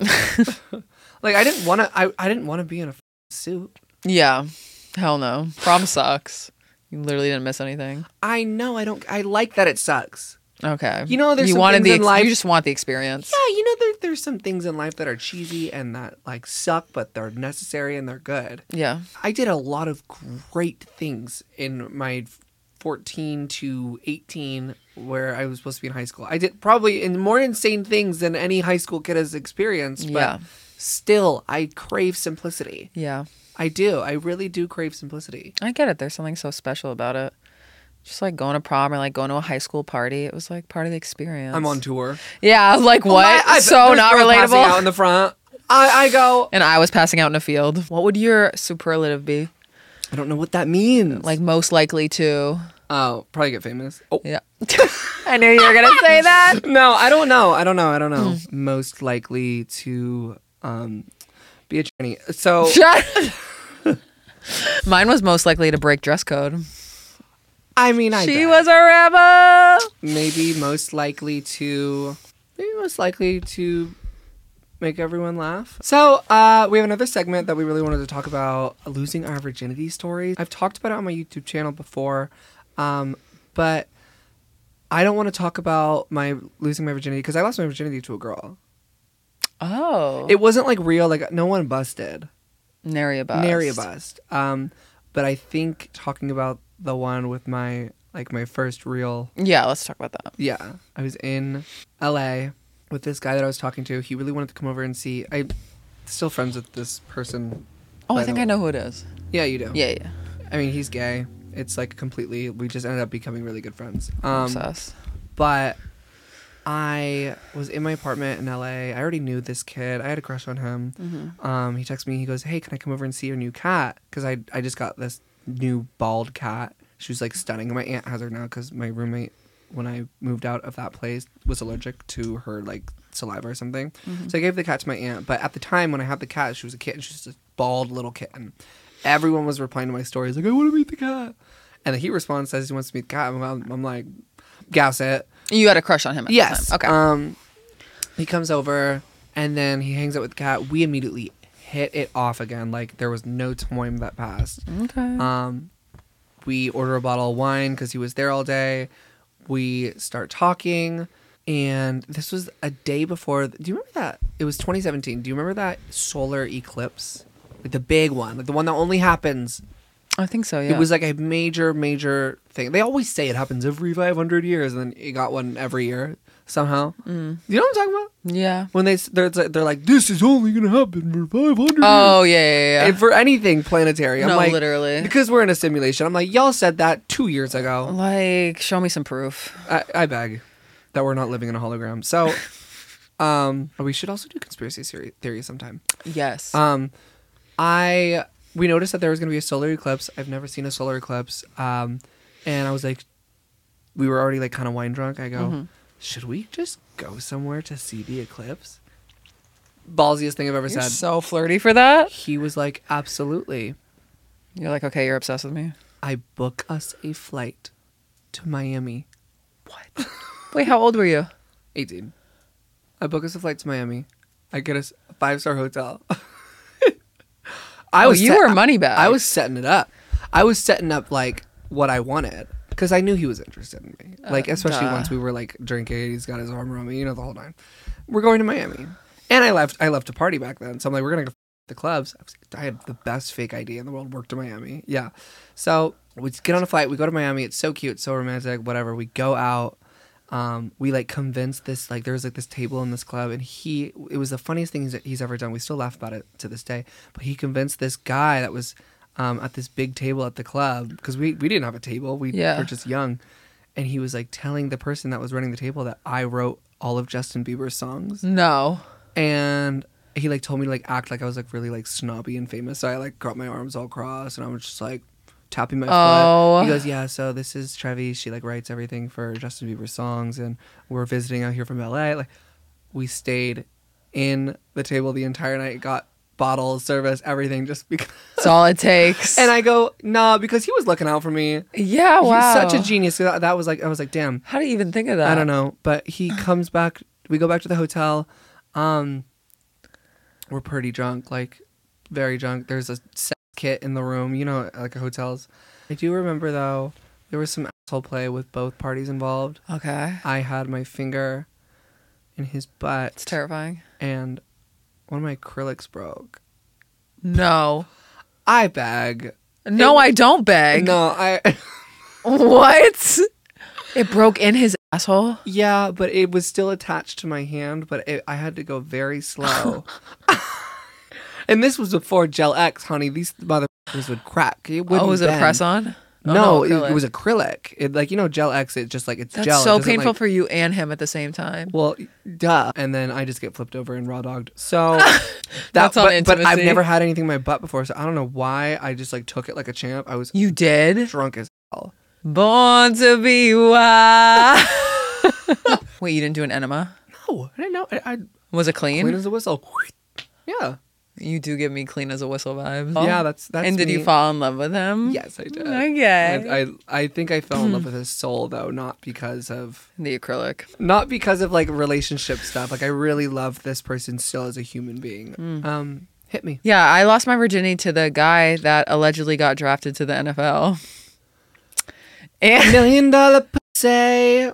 S1: like I didn't want to. I, I didn't want to be in a f- suit.
S2: Yeah. Hell no. Prom sucks. You literally didn't miss anything.
S1: I know. I don't. I like that it sucks.
S2: Okay.
S1: You know, there's
S2: you
S1: some
S2: wanted
S1: things
S2: the
S1: in life-
S2: you just want the experience.
S1: Yeah, you know, there, there's some things in life that are cheesy and that like suck, but they're necessary and they're good.
S2: Yeah.
S1: I did a lot of great things in my 14 to 18 where I was supposed to be in high school. I did probably in more insane things than any high school kid has experienced, but
S2: Yeah.
S1: still I crave simplicity.
S2: Yeah.
S1: I do. I really do crave simplicity.
S2: I get it. There's something so special about it. Just like going to prom or like going to a high school party. It was like part of the experience.
S1: I'm on tour.
S2: Yeah, I was like, what?
S1: My- I-
S2: so
S1: there's
S2: not
S1: girls passing out
S2: relatable.
S1: in the front. I, I go.
S2: and I was passing out in a field. What would your superlative be?
S1: I don't know what that means.
S2: Like most likely to.
S1: oh, probably get famous. Oh,
S2: Yeah. I knew you were gonna say that.
S1: no, I don't know. I don't know. I don't know.
S2: Hmm.
S1: Most likely to um, be a tranny. So
S2: Mine was most likely to break dress code.
S1: I mean, I
S2: she
S1: bet.
S2: was a rebel.
S1: maybe most likely to maybe most likely to make everyone laugh. So uh, we have another segment that we really wanted to talk about: losing our virginity stories. I've talked about it on my YouTube channel before, um, but I don't want to talk about my losing my virginity because I lost my virginity to a girl.
S2: Oh,
S1: It wasn't like real; like no one busted.
S2: nary a bust.
S1: Nary a bust. Um, but I think talking about the one with my like my first real
S2: Yeah, let's talk about that.
S1: yeah. I was in LA with this guy that I was talking to. He really wanted to come over and see. I'm still friends with this person.
S2: Oh,
S1: by
S2: I think
S1: the- Oh.
S2: I know who it is.
S1: Yeah, you do.
S2: Yeah, yeah.
S1: I mean, he's gay. It's like completely. We just ended up becoming really good friends. Um,
S2: Obsessed.
S1: but I was in my apartment in LA. I already knew this kid. I had a crush on him. Um, he texted me. He goes, "Hey, can I come over and see your new cat? Because I I just got this new bald cat. She was like stunning. My aunt has her now because my roommate, when I moved out of that place, was allergic to her like saliva or something. So I gave the cat to my aunt. But at the time when I had the cat, she was a kitten. She was just a bald little kitten. Everyone was replying to my stories like, "I want to meet the cat," and then he responds says he wants to meet the cat. And I'm, I'm like, "Gas it."
S2: You had a crush on him. At the
S1: Yes.
S2: time. Okay.
S1: Um, he comes over and then he hangs out with the cat. We immediately hit it off again. Like there was no time that passed.
S2: okay.
S1: Um, we order a bottle of wine because he was there all day. We start talking. And this was a day before. Do you remember that? It was 2017. Do you remember that solar eclipse? Like the big one, like the one that only happens
S2: I think so. Yeah.
S1: it was like a major, major thing. They always say it happens every 500 years, and then you got one every year somehow. Mm. You know what I'm talking about?
S2: yeah.
S1: When they s- they're it's like- they're like, this is only gonna happen for 500. years."
S2: Oh yeah, yeah, yeah.
S1: And for anything planetary, I'm
S2: No,
S1: like,
S2: literally. Oh.
S1: because we're in a simulation. I'm like, y'all said that two years ago.
S2: like, show me some proof.
S1: I, I beg that we're not living in a hologram. So, um, we should also do conspiracy theory, theory sometime.
S2: Yes.
S1: Um, I we noticed that there was going to be a solar eclipse. I've never seen a solar eclipse. Um, and I was like, we were already like kind of wine drunk. I go, should we just go somewhere to see the eclipse? Ballsiest thing I've ever
S2: You're
S1: said.
S2: so flirty for that.
S1: he was like, absolutely.
S2: You're like, okay, you're obsessed with me.
S1: I book us a flight to Miami.
S2: Wait, how old were you?
S1: 18. I book us a flight to Miami. I get us a five star hotel. I
S2: Oh, you
S1: set-
S2: were money bag.
S1: I was setting it up. I was setting up like what I wanted because I knew he was interested in me. Like especially
S2: duh.
S1: once we were like drinking, he's got his arm around me, you know the whole nine. We're going to Miami, and I left. I left to party back then, so I'm like, we're gonna go f- the clubs. I, was, I had the best fake idea in the world. Worked to Miami, yeah. So we get on a flight. We go to Miami. It's so cute, so romantic, whatever. We go out. Um, we like convinced this like there was like this table in this club and he it was the funniest thing he's, he's ever done we still laugh about it to this day but he convinced this guy that was um, at this big table at the club because we, we didn't have a table we
S2: Yeah.
S1: were just young and he was like telling the person that was running the table that i wrote all of justin bieber's songs
S2: No.
S1: and he like told me to like act like i was like really like snobby and famous so i like got my arms all crossed and i was just like tapping my
S2: Oh.
S1: foot he goes yeah so this is trevi she like writes everything for justin bieber songs and we're visiting out here from la like we stayed in the table the entire night got bottles service everything just because
S2: It's all it takes.
S1: and i go nah because he was looking out for me
S2: yeah, Oh, wow.
S1: he's such a genius 'Cause that that was like i was like damn
S2: How do you even think of that?
S1: I don't know, but he comes back. We go back to the hotel. Um, we're pretty drunk, like very drunk. There's a sex kit in the room, you know, like hotels. I do remember though, there was some asshole play with both parties involved.
S2: Okay.
S1: I had my finger in his butt,
S2: Terrifying.
S1: and one of my acrylics broke.
S2: No.
S1: I beg.
S2: No, I don't beg.
S1: No, I.
S2: What? It broke in his asshole.
S1: Yeah, but it was still attached to my hand, but it, I had to go very slow. and this was before Gel X, honey. These motherfuckers would crack. It wouldn't
S2: oh, was it a
S1: bend.
S2: press on? Oh,
S1: No, it, it was acrylic. It like you know Gel X. It just like it's
S2: That's
S1: gel. It
S2: so
S1: doesn't,
S2: painful
S1: like-
S2: for you and him at the same time.
S1: well, duh. And then I just get flipped over and raw dogged. So that,
S2: That's all
S1: but, but I've
S2: intimacy.
S1: never had anything in my butt before, so I don't know why I just like took it like a champ. I was
S2: You did?
S1: drunk as hell.
S2: Born to be wild. Wait, you didn't do an enema?
S1: No, I didn't know. I, I
S2: Was it clean?
S1: clean as a whistle. Yeah,
S2: you do give me clean as a whistle vibes.
S1: yeah. That's that's.
S2: and did
S1: me.
S2: you fall in love with him?
S1: Yes, I did.
S2: Okay. Hmm.
S1: I, I I think I fell in love with his soul though, not because of
S2: The acrylic.
S1: not because of like relationship stuff. Like I really loved this person still as a human being.
S2: Hmm.
S1: Um, hit me.
S2: Yeah, I lost my virginity to the guy that allegedly got drafted to the NFL. And
S1: Million dollar pussy.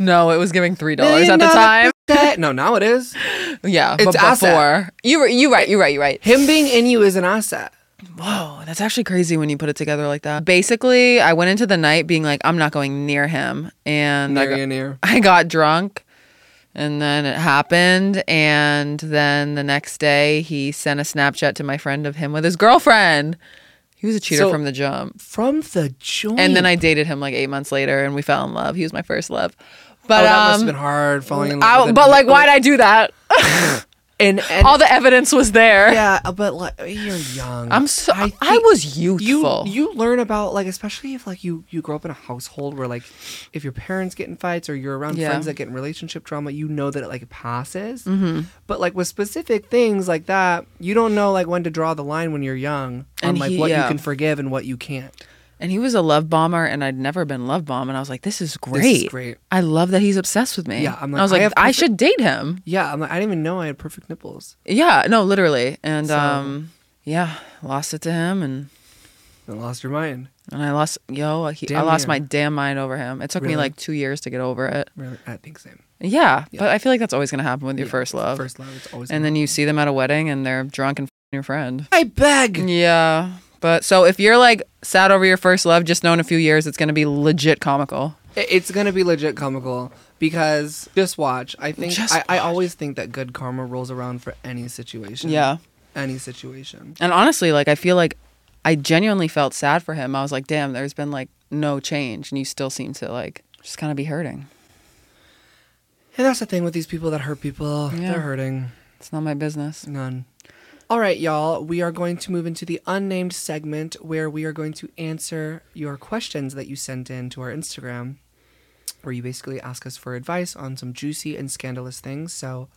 S2: no, it was giving three dollars
S1: Million
S2: at
S1: dollar
S2: the time.
S1: pussy. No, now it is.
S2: Yeah,
S1: It's
S2: but
S1: asset.
S2: before you were you right, you right, you right.
S1: Him being in you is an asset.
S2: Whoa, that's actually crazy when you put it together like that. Basically, I went into the night being like, I'm not going near him, and I
S1: Not
S2: got,
S1: in here.
S2: I got drunk, and then it happened, and then the next day he sent a Snapchat to my friend of him with his girlfriend. He was a cheater
S1: So-
S2: from the jump.
S1: From the joint.
S2: and then I dated him like eight months later, and we fell in love. He was my first love, but
S1: Oh, that must
S2: um,
S1: have been hard falling in love.
S2: I,
S1: with a-
S2: but like, why'd I do that?
S1: and, and
S2: All the evidence was there.
S1: yeah, but like you're young.
S2: I'm so I,
S1: think-
S2: was
S1: you
S2: youthful.
S1: you learn about like especially if like you you grow up in a household where like if your parents get in fights or you're around
S2: Yeah.
S1: friends that get in relationship drama you know that it like passes
S2: Mm-hmm.
S1: but like with specific things like that you don't know like when to draw the line when you're young on
S2: And
S1: like
S2: he-
S1: what you
S2: yeah.
S1: can forgive and what you can't
S2: and he was a love bomber, and I'd never been love bomb, and I was like, this is great.
S1: This is great.
S2: I love that he's obsessed with me.
S1: Yeah, I'm like,
S2: I was
S1: I
S2: like,
S1: have
S2: I
S1: perfect-
S2: should date him.
S1: yeah i'm like i didn't even know i had perfect nipples
S2: Yeah, no, literally, and
S1: So-
S2: um, yeah, lost it to him, and
S1: i lost your mind
S2: and I lost yo, he, I
S1: Damn
S2: lost
S1: near.
S2: my damn mind over him. It took me
S1: Really?
S2: like two years to get over it.
S1: really i think same
S2: Yeah,
S1: Yeah.
S2: but I feel like that's always gonna happen with your
S1: Yeah,
S2: first love.
S1: first love it's always
S2: and then you see them at a wedding and they're drunk and f***ing your friend.
S1: i beg
S2: Yeah. But so if you're like sad over your first love, just know in a few years it's going to be legit comical.
S1: I- It's gonna be legit comical because just watch. I think
S2: Just
S1: I, I always think that good karma rolls around for any situation.
S2: Yeah.
S1: any situation.
S2: And honestly, like I feel like I genuinely felt sad for him. I was like, damn, there's been like no change and you still seem to like just kind of be hurting.
S1: And that's the thing with these people that hurt people.
S2: Yeah.
S1: They're hurting.
S2: It's not my business.
S1: None. All right, y'all. We are going to move into the unnamed segment where we are going to answer your questions that you sent in to our Instagram, where you basically ask us for advice on some juicy and scandalous things. So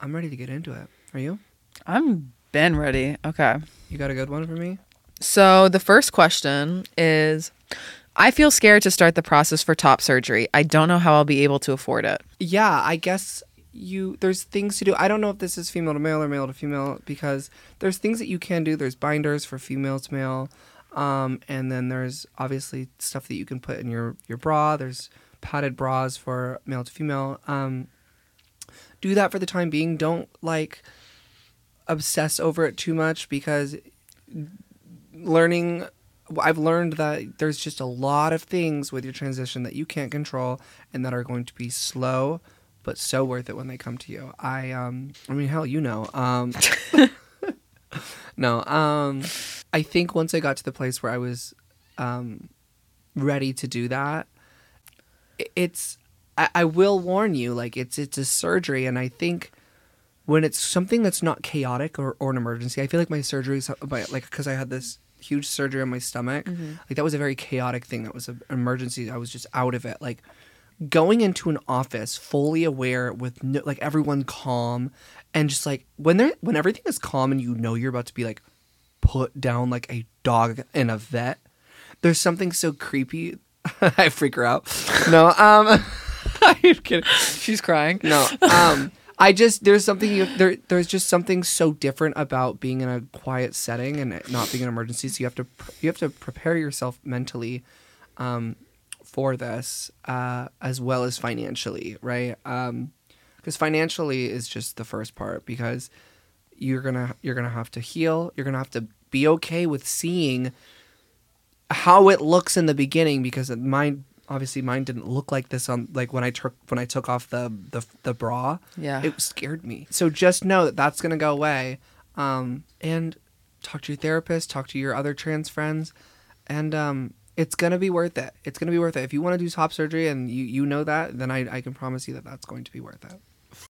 S1: I'm ready to get into it. Are you?
S2: I'm been ready. Okay.
S1: You got a good one for me?
S2: So the first question is I feel scared to start the process for top surgery. I don't know how I'll be able to afford it.
S1: yeah, I guess you there's things to do. I don't know if this is female to male or male to female because there's things that you can do. There's binders for female to male, um, and then there's obviously stuff that you can put in your your bra. There's padded bras for male to female. Um, do that for the time being. Don't like obsess over it too much because learning I've learned that there's just a lot of things with your transition that you can't control and that are going to be slow but so worth it when they come to you. I um I mean hell you know. Um No, um I think once I got to the place where I was um ready to do that i- it's I, I will warn you like it's it's a surgery and I think when it's something that's not chaotic or, or an emergency, I feel like my surgeries, my, like, because I had this huge surgery on my stomach, like, that was a very chaotic thing. That was a- an emergency. I was just out of it. Like, going into an office fully aware with, no, like, everyone calm and just, like, when they're, when everything is calm and you know you're about to be, like, put down like a dog in a vet, there's something so creepy. I freak her out. No, um, I'm kidding.
S2: She's crying.
S1: No. Um, I just there's something you, there. There's just something so different about being in a quiet setting and it not being an emergency. So you have to pr- you have to prepare yourself mentally um, for this, uh, as well as financially, right? Because financially is just the first part because you're gonna you're gonna have to heal. You're gonna have to be okay with seeing how it looks in the beginning because mine obviously mine didn't look like this on like when I took when I took off the the, the bra.
S2: Yeah.
S1: it scared me. So just know that that's gonna go away. Um, and talk to your therapist, talk to your other trans friends, and um, it's gonna be worth it. It's gonna be worth it. If you want to do top surgery and you you know that, then I I can promise you that that's going to be worth it.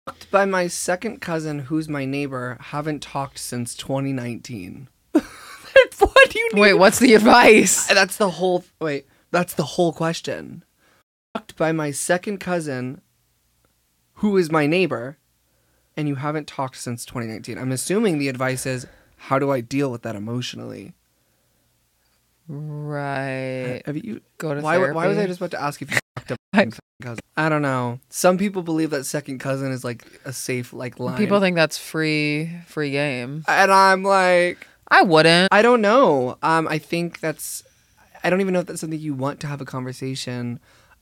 S1: Fucked by my second cousin, who's my neighbor, haven't talked since 2019. what do you need?
S2: Wait, what's the advice?
S1: That's the whole wait. That's the whole question. Fucked by my second cousin, who is my neighbor, and you haven't talked since 2019. I'm assuming the advice is, how do I deal with that emotionally?
S2: Right.
S1: Have you?
S2: Go to
S1: Why?
S2: therapy.
S1: Why was I just about to ask if you fucked up? second cousin? I don't know. Some people believe that second cousin is like a safe like line.
S2: People think that's free free game.
S1: and I'm like,
S2: I wouldn't.
S1: I don't know. Um, I think that's. I don't even know if that's something you want to have a conversation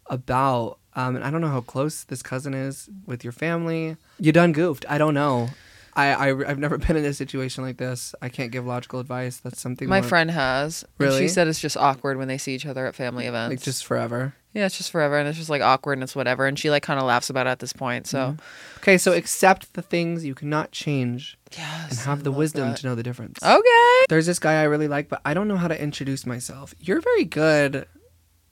S1: about. Um, and I don't know how close this cousin is with your family. You done goofed. I don't know. I, I I've never been in a situation like this. I can't give logical advice. That's something
S2: My
S1: more,
S2: friend has. and
S1: Really?
S2: she said it's just awkward when they see each other at family events.
S1: like just forever.
S2: yeah, it's just forever and it's just like awkward and it's whatever. And she like kind of laughs about it at this point. So
S1: Okay, so accept the things you cannot change
S2: yes,
S1: and have
S2: I
S1: the
S2: love
S1: wisdom
S2: that. Oh.
S1: to know the difference.
S2: Okay.
S1: There's this guy I really like, but I don't know how to introduce myself. You're very good.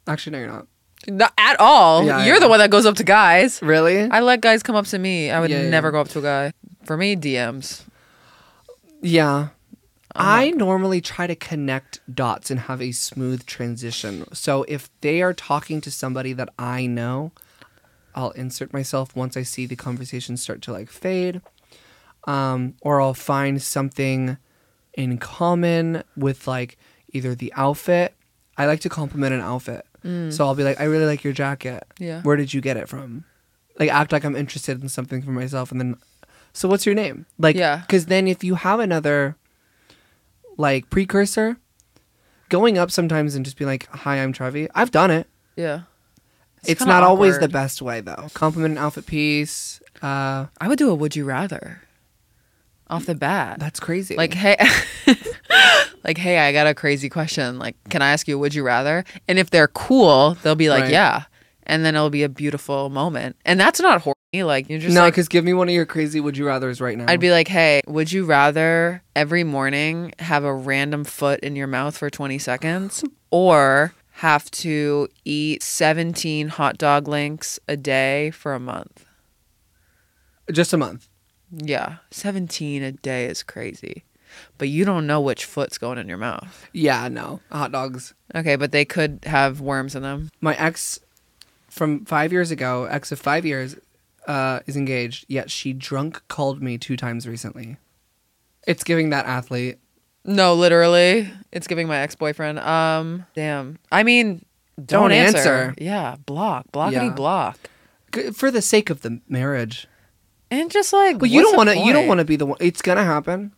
S1: Actually, no, you're not.
S2: Not at all.
S1: Yeah,
S2: You're
S1: yeah.
S2: the one that goes up to guys.
S1: Really?
S2: I let guys come up to me. I would
S1: Yeah, yeah,
S2: never
S1: yeah.
S2: go up to a guy. For me, DMs.
S1: Yeah. I normally try to connect dots and have a smooth transition. So if they are talking to somebody that I know, I'll insert myself once I see the conversation start to like fade. Um, or I'll find something in common with like either the outfit. I like to compliment an outfit. So I'll be like, I really like your jacket.
S2: Yeah.
S1: Where did you get it from? Like act like I'm interested in something for myself and then so what's your name? Like
S2: Yeah.
S1: cuz then if you have another like precursor going up sometimes and just being like, "Hi, I'm Trevi." I've done it.
S2: Yeah.
S1: It's,
S2: kinda
S1: not always the
S2: awkward.
S1: best way though. Compliment an outfit piece. Uh
S2: I would do a would you rather off the bat.
S1: that's crazy.
S2: like hey like hey i got a crazy question like can i ask you a would you rather and if they're cool they'll be like
S1: Right.
S2: yeah and then it'll be a beautiful moment and that's not horny like you're just
S1: no,
S2: like
S1: cuz give me one of your crazy would you rather's right now.
S2: i'd be like hey would you rather every morning have a random foot in your mouth for 20 seconds or have to eat 17 hot dog links a day for a month
S1: just a month.
S2: yeah 17 a day is crazy but you don't know which foot's going in your mouth
S1: Yeah, no. Hot dogs.
S2: Okay, but they could have worms in them.
S1: my ex from five years ago, ex of five years, uh, is engaged, yet she drunk called me two times recently. It's giving that athlete.
S2: No, literally, it's giving my ex boyfriend. Um, damn. I mean,
S1: Don't
S2: don't, answer.
S1: answer.
S2: Yeah, block,
S1: Yeah.
S2: blockity block,
S1: G- For the sake of the marriage.
S2: and just like.
S1: Well, you don't want
S2: what's the
S1: to. You don't
S2: point?
S1: want to be the one. It's gonna happen.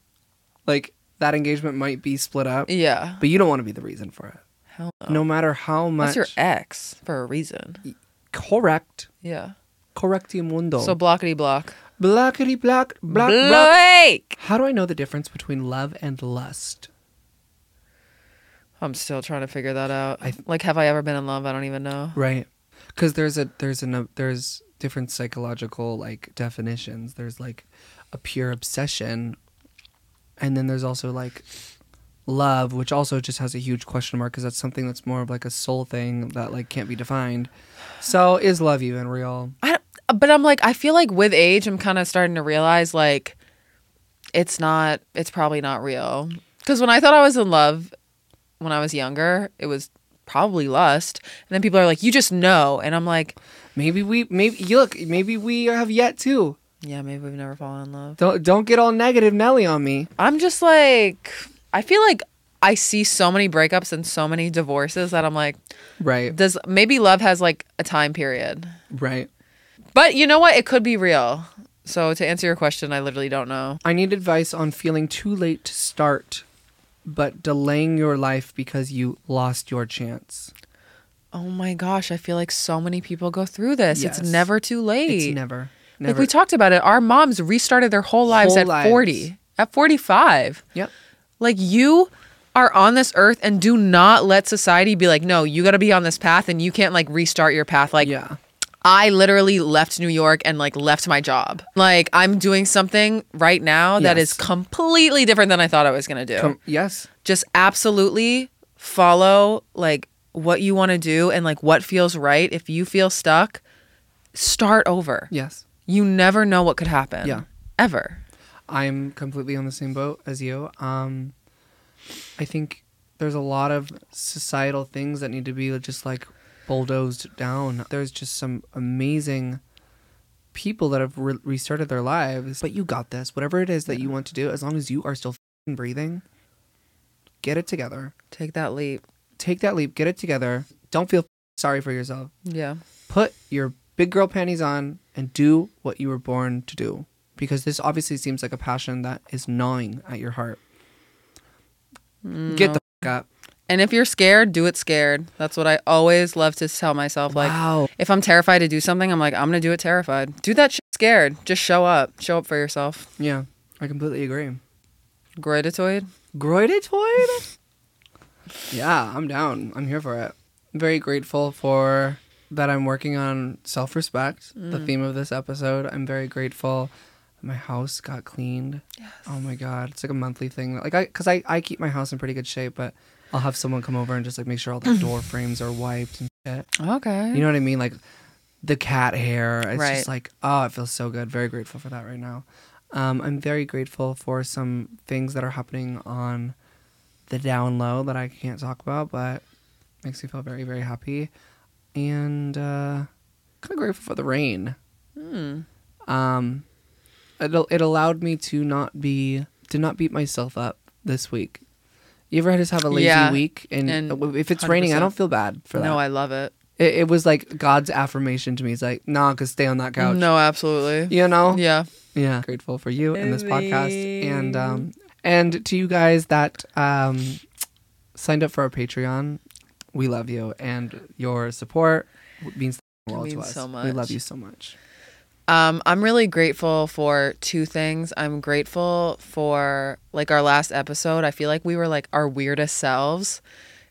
S1: Like that engagement might be split up,
S2: Yeah.
S1: but you don't want to be the reason for it.
S2: Hell no.
S1: No matter how much.
S2: That's your ex for a reason.
S1: correct.
S2: Yeah.
S1: Correctimundo.
S2: So
S1: So
S2: blockity block.
S1: blackety black black black.
S2: Blake.
S1: How do I know the difference between love and lust?
S2: I'm still trying to figure that out.
S1: I-
S2: like, have I ever been in love? I don't even know.
S1: right because there's a there's an there's different psychological like definitions there's like a pure obsession and then there's also like love which also just has a huge question mark because that's something that's more of like a soul thing that like can't be defined so is love even real
S2: I don't- but I'm like I feel like with age I'm kind of starting to realize like it's not it's probably not real. Cuz when I thought I was in love when I was younger, it was probably lust. And then people are like you just know and I'm like
S1: maybe we maybe you look maybe we have yet to
S2: yeah, maybe we've never fallen in love.
S1: don't don't get all negative nelly on me
S2: I'm just like I feel like I see so many breakups and so many divorces that I'm like
S1: right
S2: does maybe love has like a time period.
S1: right
S2: But you know what? It could be real. So to answer your question, I literally don't know.
S1: I need advice on feeling too late to start, but delaying your life because you lost your chance.
S2: oh my gosh, I feel like so many people go through this.
S1: Yes.
S2: It's never too late.
S1: It's never, never.
S2: Like we talked about it, our moms restarted their whole lives
S1: Whole
S2: at
S1: lives.
S2: 40, at 45.
S1: Yep.
S2: Like you are on this earth and do not let society be like, no, you got to be on this path and you can't like restart your path. Like,
S1: Yeah.
S2: I literally left New York and like left my job. Like, I'm doing something right now that
S1: Yes.
S2: is completely different than I thought I was going to do.
S1: Com- yes.
S2: Just absolutely follow like what you want to do and like what feels right. If you feel stuck, start over.
S1: Yes.
S2: You never know what could happen.
S1: Yeah.
S2: Ever.
S1: I'm completely on the same boat as you. Um, I think there's a lot of societal things that need to be just like bulldozed down. There's just some amazing people that have re- restarted their lives. But you got this. Whatever it is that you want to do, as long as you are still fing breathing, get it together.
S2: Take that leap.
S1: Take that leap. Get it together. Don't feel sorry for yourself.
S2: Yeah.
S1: put your big girl panties on and do what you were born to do because this obviously seems like a passion that is gnawing at your heart get the fuck up
S2: And if you're scared, do it scared. That's what I always love to tell myself. Like,
S1: wow
S2: if I'm terrified to do something, I'm like, I'm going to do it terrified. Do that shit scared. Just show up. Show up for yourself.
S1: yeah i completely agree
S2: Groitoid.
S1: groiditoid yeah i'm down i'm here for it very grateful for that i'm working on self-respect the theme of this episode i'm very grateful that my house got cleaned yes. oh my god it's like a monthly thing like i because I, I keep my house in pretty good shape but i'll have someone come over and just like make sure all the door frames are wiped and shit
S2: Okay.
S1: you know what i mean like the cat hair it's
S2: Right.
S1: just like oh it feels so good very grateful for that right now um, i'm very grateful for some things that are happening on the down low that i can't talk about but makes me feel very very happy and uh, kind of grateful for the rain
S2: Hmm.
S1: um, it al- it allowed me to not be to not beat myself up this week. You ever just have a lazy
S2: Yeah,
S1: week, and,
S2: and
S1: if it's raining, I
S2: 100%.
S1: don't feel bad for that.
S2: No, I love it.
S1: it, it was like God's affirmation to me. He's like, "Nah, cause stay on that couch."
S2: No, absolutely.
S1: you know.
S2: Yeah.
S1: Yeah. Grateful for you and this podcast, and um, and to you guys that um, signed up for our Patreon, we love you, and your support means the world to
S2: means
S1: us.
S2: so
S1: We
S2: much.
S1: love you so much.
S2: Um, I'm really grateful for two things. I'm grateful for like our last episode. I feel like we were like our weirdest selves,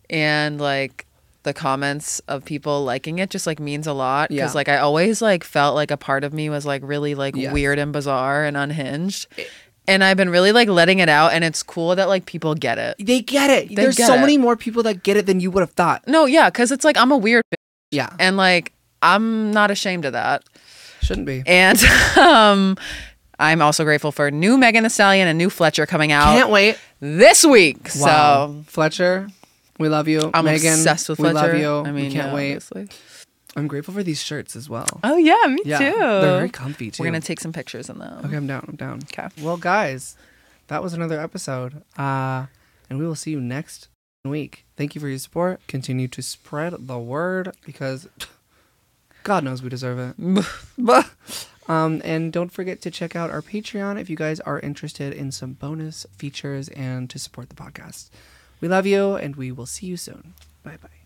S2: and like the comments of people liking it just like means a lot
S1: Yeah.
S2: because like I always like felt like a part of me was like really like
S1: Yes.
S2: weird and bizarre and unhinged, and I've been really like letting it out, and it's cool that like people get it.
S1: They get it. There's
S2: get
S1: so
S2: it.
S1: many more people that get it than you would have thought.
S2: No, yeah, because it's like I'm a weird, bitch,
S1: Yeah.
S2: and like I'm not ashamed of that.
S1: Shouldn't be.
S2: And um, I'm also grateful for new Megan the Stallion and new Fletcher coming out
S1: Can't wait.
S2: this week. So
S1: Fletcher, we love you.
S2: I'm
S1: Megan,
S2: obsessed with
S1: we
S2: Fletcher.
S1: love you.
S2: I mean,
S1: we can't
S2: yeah,
S1: wait.
S2: obviously.
S1: I'm grateful for these shirts as well.
S2: Oh yeah, me
S1: yeah,
S2: too.
S1: they're very comfy too.
S2: We're gonna take some pictures in them.
S1: okay, I'm down. I'm down.
S2: 'Kay.
S1: Well, guys, that was another episode, uh, and we will see you next week. Thank you for your support. Continue to spread the word because God knows we deserve it. Bah. um, and don't forget to check out our Patreon if you guys are interested in some bonus features and to support the podcast. We love you, and we will see you soon. Bye bye.